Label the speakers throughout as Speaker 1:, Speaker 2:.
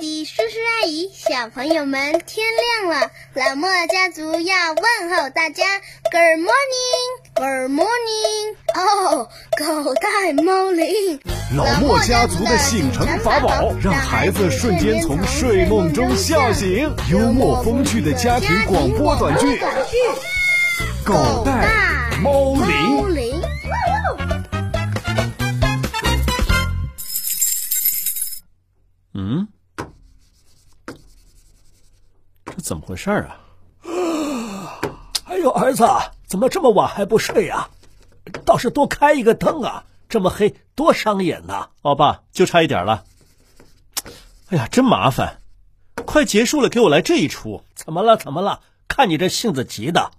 Speaker 1: 姨、叔叔阿姨、小朋友们，天亮了，老莫家族要问候大家，Good morning，Good morning，哦，狗带猫铃。
Speaker 2: 老莫家族的醒神法宝，让孩子瞬间从睡梦中笑醒。幽默风趣的家庭广播短剧《狗带猫铃》。
Speaker 1: 铃。
Speaker 3: 嗯，这怎么回事儿啊？
Speaker 4: 哎呦，儿子，怎么这么晚还不睡啊？倒是多开一个灯啊，这么黑多伤眼呐、
Speaker 3: 哦，爸，就差一点了。哎呀，真麻烦！快结束了，给我来这一出。
Speaker 4: 怎么了？怎么了？看你这性子急的。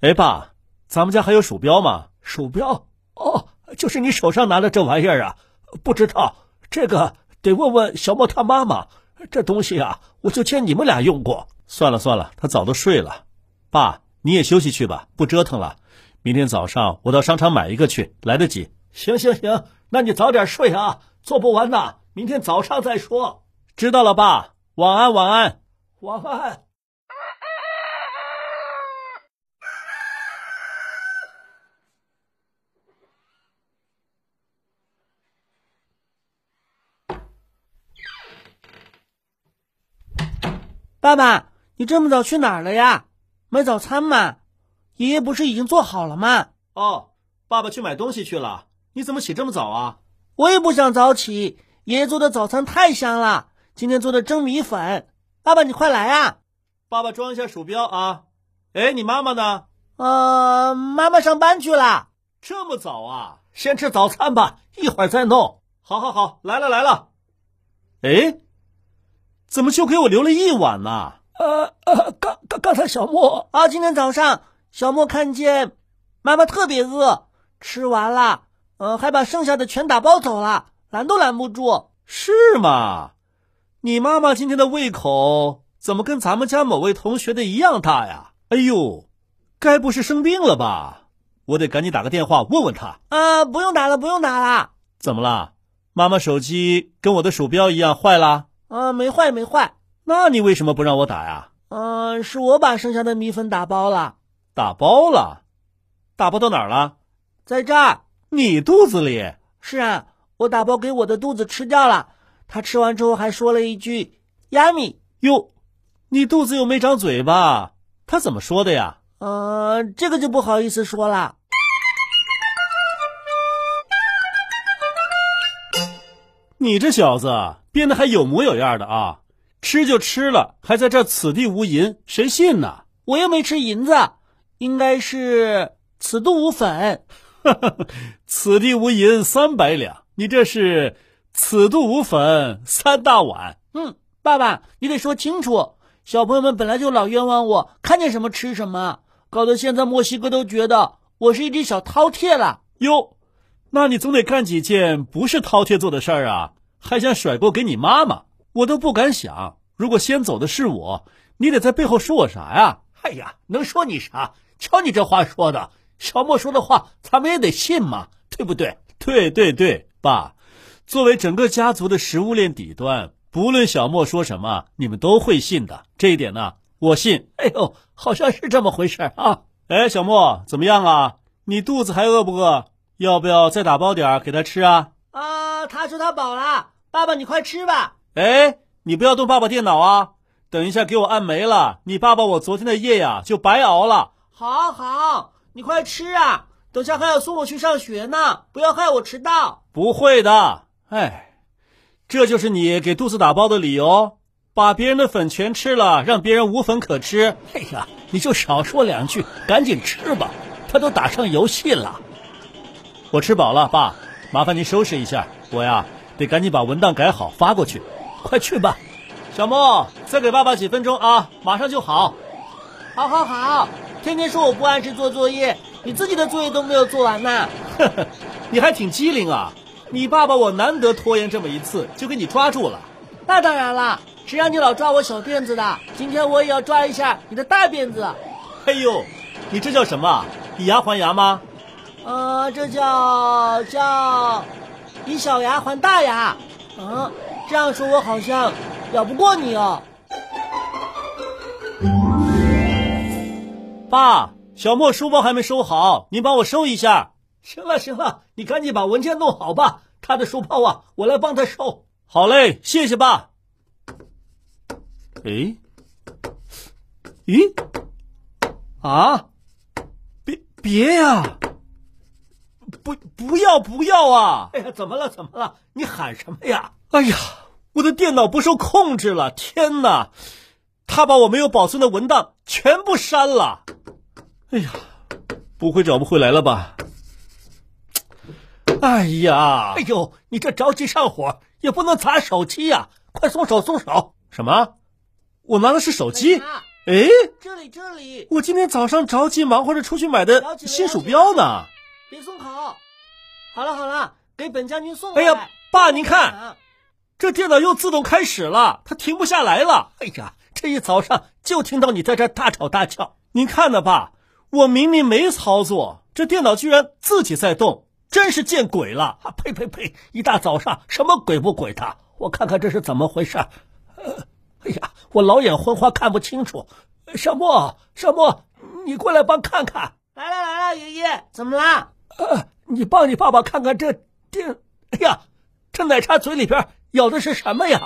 Speaker 3: 哎，爸，咱们家还有鼠标吗？
Speaker 4: 鼠标，哦，就是你手上拿的这玩意儿啊？不知道，这个得问问小莫他妈妈。这东西啊，我就见你们俩用过。
Speaker 3: 算了算了，他早都睡了。爸，你也休息去吧，不折腾了。明天早上我到商场买一个去，来得及。
Speaker 4: 行行行，那你早点睡啊，做不完呐，明天早上再说。
Speaker 3: 知道了，爸。晚安，晚安。
Speaker 4: 晚安。
Speaker 5: 爸爸，你这么早去哪儿了呀？买早餐吗？爷爷不是已经做好了吗？
Speaker 3: 哦，爸爸去买东西去了。你怎么起这么早啊？
Speaker 5: 我也不想早起，爷爷做的早餐太香了。今天做的蒸米粉，爸爸你快来啊！
Speaker 3: 爸爸装一下鼠标啊。哎，你妈妈呢？
Speaker 5: 呃，妈妈上班去了。
Speaker 3: 这么早啊？
Speaker 4: 先吃早餐吧，一会儿再弄。
Speaker 3: 好，好，好，来了，来了。哎，怎么就给我留了一碗呢、
Speaker 4: 呃呃，刚刚刚才小莫，
Speaker 5: 啊，今天早上小莫看见妈妈特别饿，吃完了，呃，还把剩下的全打包走了，拦都拦不住。
Speaker 3: 是吗？你妈妈今天的胃口怎么跟咱们家某位同学的一样大呀？哎呦，该不是生病了吧？我得赶紧打个电话问问她。
Speaker 5: 啊，不用打了，不用打了。
Speaker 3: 怎么啦？妈妈手机跟我的鼠标一样坏了？
Speaker 5: 啊，没坏，没坏。
Speaker 3: 那你为什么不让我打呀？
Speaker 5: 嗯、是我把剩下的米粉打包了，
Speaker 3: 打包了？打包到哪儿了？
Speaker 5: 在这儿。
Speaker 3: 你肚子里？
Speaker 5: 是啊，我打包给我的肚子吃掉了。他吃完之后还说了一句 “yummy”。
Speaker 3: 哟，你肚子又没长嘴巴，他怎么说的呀？
Speaker 5: 呃，这个就不好意思说了。
Speaker 3: 你这小子变得还有模有样的啊！吃就吃了，还在这儿此地无银，谁信呢？
Speaker 5: 我又没吃银子，应该是此度无粉。
Speaker 3: 此地无银三百两，你这是此度无粉三大碗。
Speaker 5: 嗯，爸爸，你得说清楚。小朋友们本来就老冤枉我，看见什么吃什么，搞得现在墨西哥都觉得我是一只小饕餮了。
Speaker 3: 哟，那你总得干几件不是饕餮做的事儿啊！还想甩锅给你妈妈，我都不敢想。如果先走的是我，你得在背后说我啥呀？
Speaker 4: 哎呀，能说你啥？瞧你这话说的，小莫说的话，咱们也得信嘛，对不对？
Speaker 3: 对对对，爸，作为整个家族的食物链底端，不论小莫说什么，你们都会信的。这一点呢，我信。
Speaker 4: 哎呦，好像是这么回事儿啊。
Speaker 3: 哎，小莫，怎么样啊？你肚子还饿不饿？要不要再打包点儿给他吃啊？
Speaker 5: 啊，他说他饱了，爸爸你快吃吧。
Speaker 3: 哎，你不要动爸爸电脑啊！等一下给我按没了，你爸爸我昨天的夜呀就白熬了。
Speaker 5: 好好，你快吃啊！等下还要送我去上学呢，不要害我迟到。
Speaker 3: 不会的，哎，这就是你给肚子打包的理由，把别人的粉全吃了，让别人无粉可吃。
Speaker 4: 哎呀，你就少说两句，赶紧吃吧，他都打上游戏了。
Speaker 3: 我吃饱了，爸，麻烦您收拾一下，我呀得赶紧把文档改好发过去。
Speaker 4: 快去吧，
Speaker 3: 小莫，再给爸爸几分钟啊，马上就好。
Speaker 5: 好好好，天天说我不按时做作业，你自己的作业都没有做完呢。
Speaker 3: 呵呵， 你还挺机灵啊！你爸爸我难得拖延这么一次，就给你抓住了。
Speaker 5: 那当然啦，谁让你老抓我小辫子的？今天我也要抓一下你的大辫子。
Speaker 3: 哎呦，你这叫什么啊？以牙还牙吗？
Speaker 5: 呃，这叫叫以小牙还大牙。嗯、这样说我好像咬不过你哦。
Speaker 3: 爸，小莫书包还没收好，您帮我收一下。
Speaker 4: 行了行了，你赶紧把文件弄好吧。他的书包啊，我来帮他收。
Speaker 3: 好嘞，谢谢爸。诶，咦？啊！别别呀、啊！不不要不要啊！
Speaker 4: 哎呀，怎么了怎么了？你喊什么呀？
Speaker 3: 哎呀，我的电脑不受控制了！天哪，他把我没有保存的文档全部删了。哎呀，不会找不回来了吧？哎呀！
Speaker 4: 哎呦，你这着急上火也不能砸手机呀、啊！快松手松手！
Speaker 3: 什么？我拿的是手机？哎，
Speaker 5: 这里这里！
Speaker 3: 我今天早上着急忙慌着出去买的新鼠标呢。
Speaker 5: 别松口！好了好了，给本将军送嗯
Speaker 3: 哎呀，爸您看，这电脑又自动开始了，它停不下来了。
Speaker 4: 哎呀，这一早上就听到你在这大吵大叫。
Speaker 3: 您看呢，爸，我明明没操作，这电脑居然自己在动。真是见鬼了！
Speaker 4: 啊、呸呸呸！一大早上什么鬼不鬼的？我看看这是怎么回事。呃，哎呀，我老眼昏花看不清楚。小莫，小莫，你过来帮看看。
Speaker 5: 来了来了，爷爷，怎么啦？
Speaker 4: 呃，你帮你爸爸看看这这……哎呀，这奶茶嘴里边咬的是什么啊呀？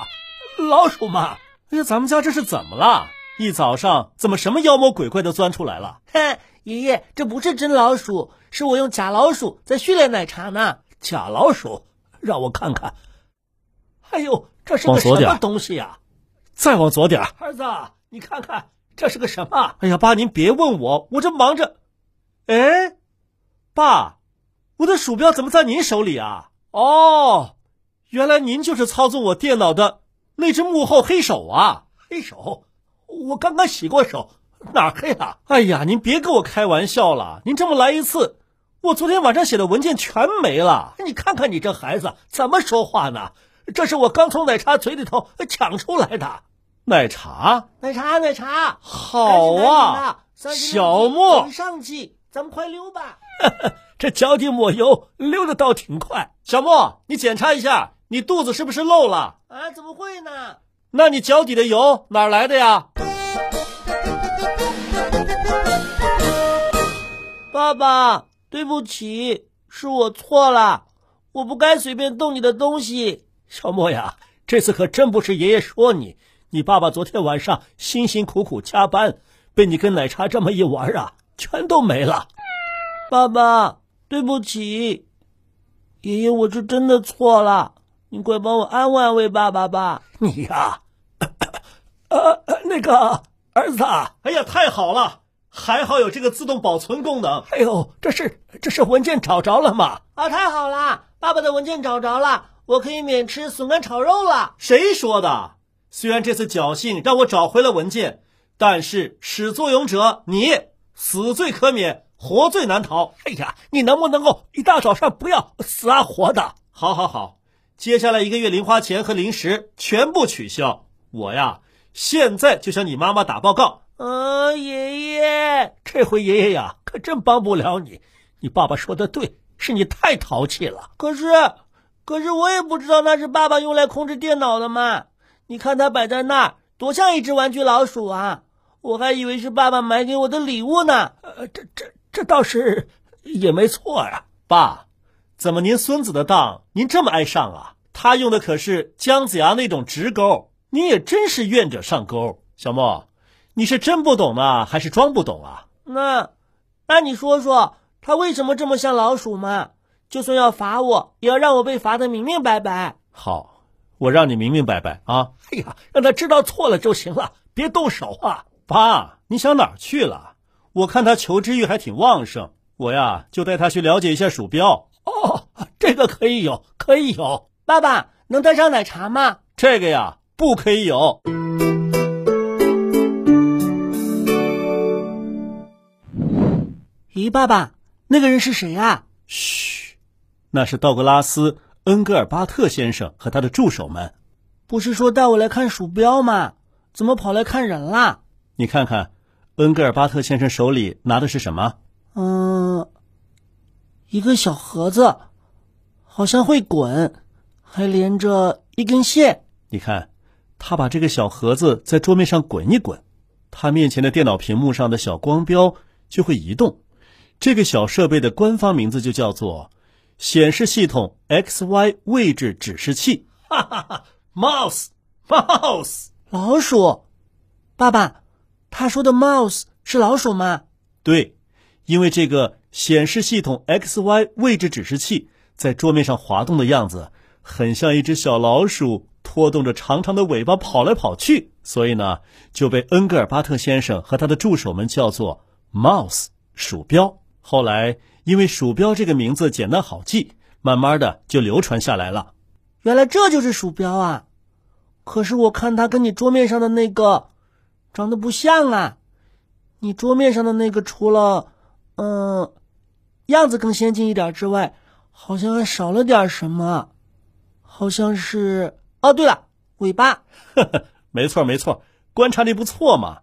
Speaker 4: 老鼠吗？
Speaker 3: 哎呀，咱们家这是怎么了？一早上怎么什么妖魔鬼怪都钻出来了？
Speaker 5: 哼，爷爷，这不是真老鼠，是我用假老鼠在训练奶茶呢。
Speaker 4: 假老鼠，让我看看。哎呦，这是个什么东西
Speaker 3: 啊？
Speaker 4: 呀、
Speaker 3: 再往左点。
Speaker 4: 儿子，你看看这是个什么？
Speaker 3: 哎呀，爸，您别问我，我这忙着。哎，爸，我的鼠标怎么在您手里啊？哦，原来您就是操纵我电脑的那只幕后黑手啊！
Speaker 4: 黑手。我刚刚洗过手，哪黑了？
Speaker 3: 哎呀，您别跟我开玩笑了！您这么来一次，我昨天晚上写的文件全没了。哎
Speaker 4: 你看看你这孩子怎么说话呢？这是我刚从奶茶嘴里头呃抢出来的。
Speaker 3: 奶茶，
Speaker 5: 奶茶，奶茶，
Speaker 3: 好啊！小莫，
Speaker 5: 上去，咱们快溜吧。
Speaker 4: 这脚底抹油溜的倒挺快。
Speaker 3: 小莫，你检查一下，你肚子是不是漏了？
Speaker 5: 啊，怎么会呢？
Speaker 3: 那你脚底的油哪来的呀？
Speaker 5: 爸爸，对不起，是我错了，我不该随便动你的东西。
Speaker 4: 小莫呀，这次可真不是爷爷说你，你爸爸昨天晚上辛辛苦苦加班，被你跟奶茶这么一玩啊，全都没了。
Speaker 5: 爸爸，对不起，爷爷，我是真的错了。你快帮我安慰安慰爸爸吧！
Speaker 4: 你呀、 啊，呃，那个儿子，啊
Speaker 3: 哎呀，太好了，还好有这个自动保存功能。
Speaker 4: 哎呦，这是这是文件找着了吗？
Speaker 5: 啊，太好了，爸爸的文件找着了，我可以免吃笋干炒肉了。
Speaker 3: 谁说的？虽然这次侥幸让我找回了文件，但是始作俑者你死罪可免，活罪难逃。
Speaker 4: 哎呀，你能不能够一大早上不要死啊活的？
Speaker 3: 好好好。接下来一个月零花钱和零食全部取消。我呀，现在就向你妈妈打报告。
Speaker 5: 嗯、哦，爷爷，
Speaker 4: 这回爷爷呀，可真帮不了你。你爸爸说的对，是你太淘气了。
Speaker 5: 可是，可是我也不知道那是爸爸用来控制电脑的嘛。你看它摆在那儿，多像一只玩具老鼠啊！我还以为是爸爸买给我的礼物呢。
Speaker 4: 呃，这这这倒是也没错啊，
Speaker 3: 爸。怎么，您孙子的当您这么爱上啊？他用的可是姜子牙那种直钩，您也真是愿者上钩。小莫，你是真不懂呢，还是装不懂啊？
Speaker 5: 那，那你说说，他为什么这么像老鼠嘛？就算要罚我，也要让我被罚的明明白白。
Speaker 3: 好，我让你明明白白啊！
Speaker 4: 哎呀，让他知道错了就行了，别动手啊！
Speaker 3: 爸，你想哪儿去了？我看他求知欲还挺旺盛，我呀就带他去了解一下鼠标。
Speaker 4: 哦，这个可以有，可以有。
Speaker 5: 爸爸能带上奶茶吗？
Speaker 3: 这个呀，不可以有。
Speaker 5: 咦，爸爸，那个人是谁啊？
Speaker 3: 嘘，那是道格拉斯·恩格尔巴特先生和他的助手们。
Speaker 5: 不是说带我来看鼠标吗？怎么跑来看人啦？
Speaker 3: 你看看，恩格尔巴特先生手里拿的是什么？
Speaker 5: 嗯。一个小盒子，好像会滚，还连着一根线。
Speaker 4: 你看，他把这个小盒子在桌面上滚一滚，他面前的电脑屏幕上的小光标就会移动。这个小设备的官方名字就叫做显示系统 XY 位置指示器。
Speaker 6: 哈哈哈，mouse mouse
Speaker 3: 老鼠，爸爸，他说的 mouse 是老鼠吗？
Speaker 4: 对，因为这个显示系统 XY 位置指示器在桌面上滑动的样子，很像一只小老鼠拖动着长长的尾巴跑来跑去，所以呢就被恩格尔巴特先生和他的助手们叫做 mouse 鼠标。后来，因为鼠标这个名字简单好记，慢慢的就流传下来了。
Speaker 3: 原来这就是鼠标啊！可是我看它跟你桌面上的那个长得不像啊。你桌面上的那个除了嗯样子更先进一点之外，好像还少了点什么，好像是哦，对了，尾巴。
Speaker 4: 没错没错，观察力不错嘛。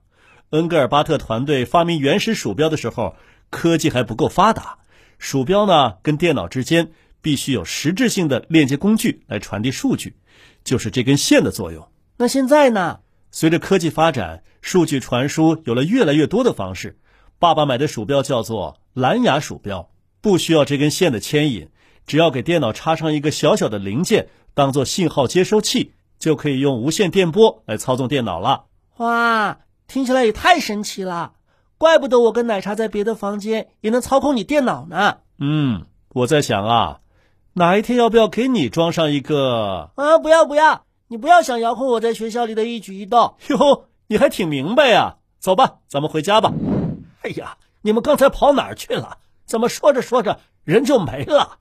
Speaker 4: 恩格尔巴特团队发明原始鼠标的时候。科技还不够发达，鼠标呢跟电脑之间必须有实质性的链接工具来传递数据，就是这根线的作用。
Speaker 3: 那现在呢？
Speaker 4: 随着科技发展，数据传输有了越来越多的方式。爸爸买的鼠标叫做蓝牙鼠标，不需要这根线的牵引，只要给电脑插上一个小小的零件当做信号接收器，就可以用无线电波来操纵电脑了。
Speaker 3: 哇，听起来也太神奇了！怪不得我跟奶茶在别的房间也能操控你电脑呢。
Speaker 4: 嗯，我在想啊，哪一天要不要给你装上一个？
Speaker 3: 啊，不要不要，你不要想遥控我在学校里的一举一动。
Speaker 4: 哟，你还挺明白呀、啊。走吧，咱们回家吧。
Speaker 6: 哎呀，你们刚才跑哪儿去了？怎么说着说着人就没了？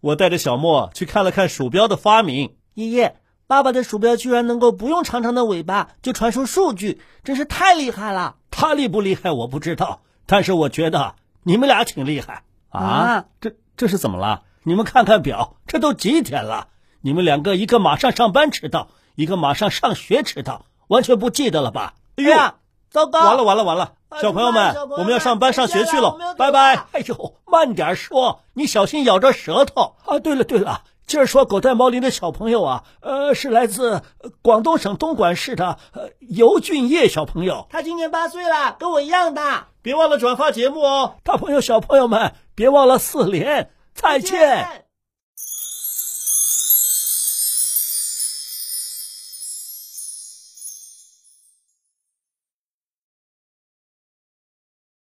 Speaker 4: 我带着小莫去看了看鼠标的发明。
Speaker 3: 爷爷，爸爸的鼠标居然能够不用长长的尾巴就传输数据，真是太厉害了。
Speaker 6: 他厉不厉害我不知道，但是我觉得你们俩挺厉害
Speaker 4: 啊！这这是怎么了？
Speaker 6: 你们看看表，这都几点了？你们两个一个马上上班迟到，一个马上上学迟到，完全不记得了吧？
Speaker 3: 哎呀，糟糕！哎
Speaker 4: 完了完了完了！小朋友们，我们要上班上学去了，拜拜！
Speaker 6: 哎呦，慢点说，你小心咬着舌头啊！对了对了。今儿说狗带毛驴的小朋友啊，呃，是来自广东省东莞市的呃尤俊业小朋友，
Speaker 3: 他今年八岁了，跟我一样大。
Speaker 4: 别忘了转发节目哦，哎
Speaker 6: 大朋友小朋友们，别忘了四连，再见。再见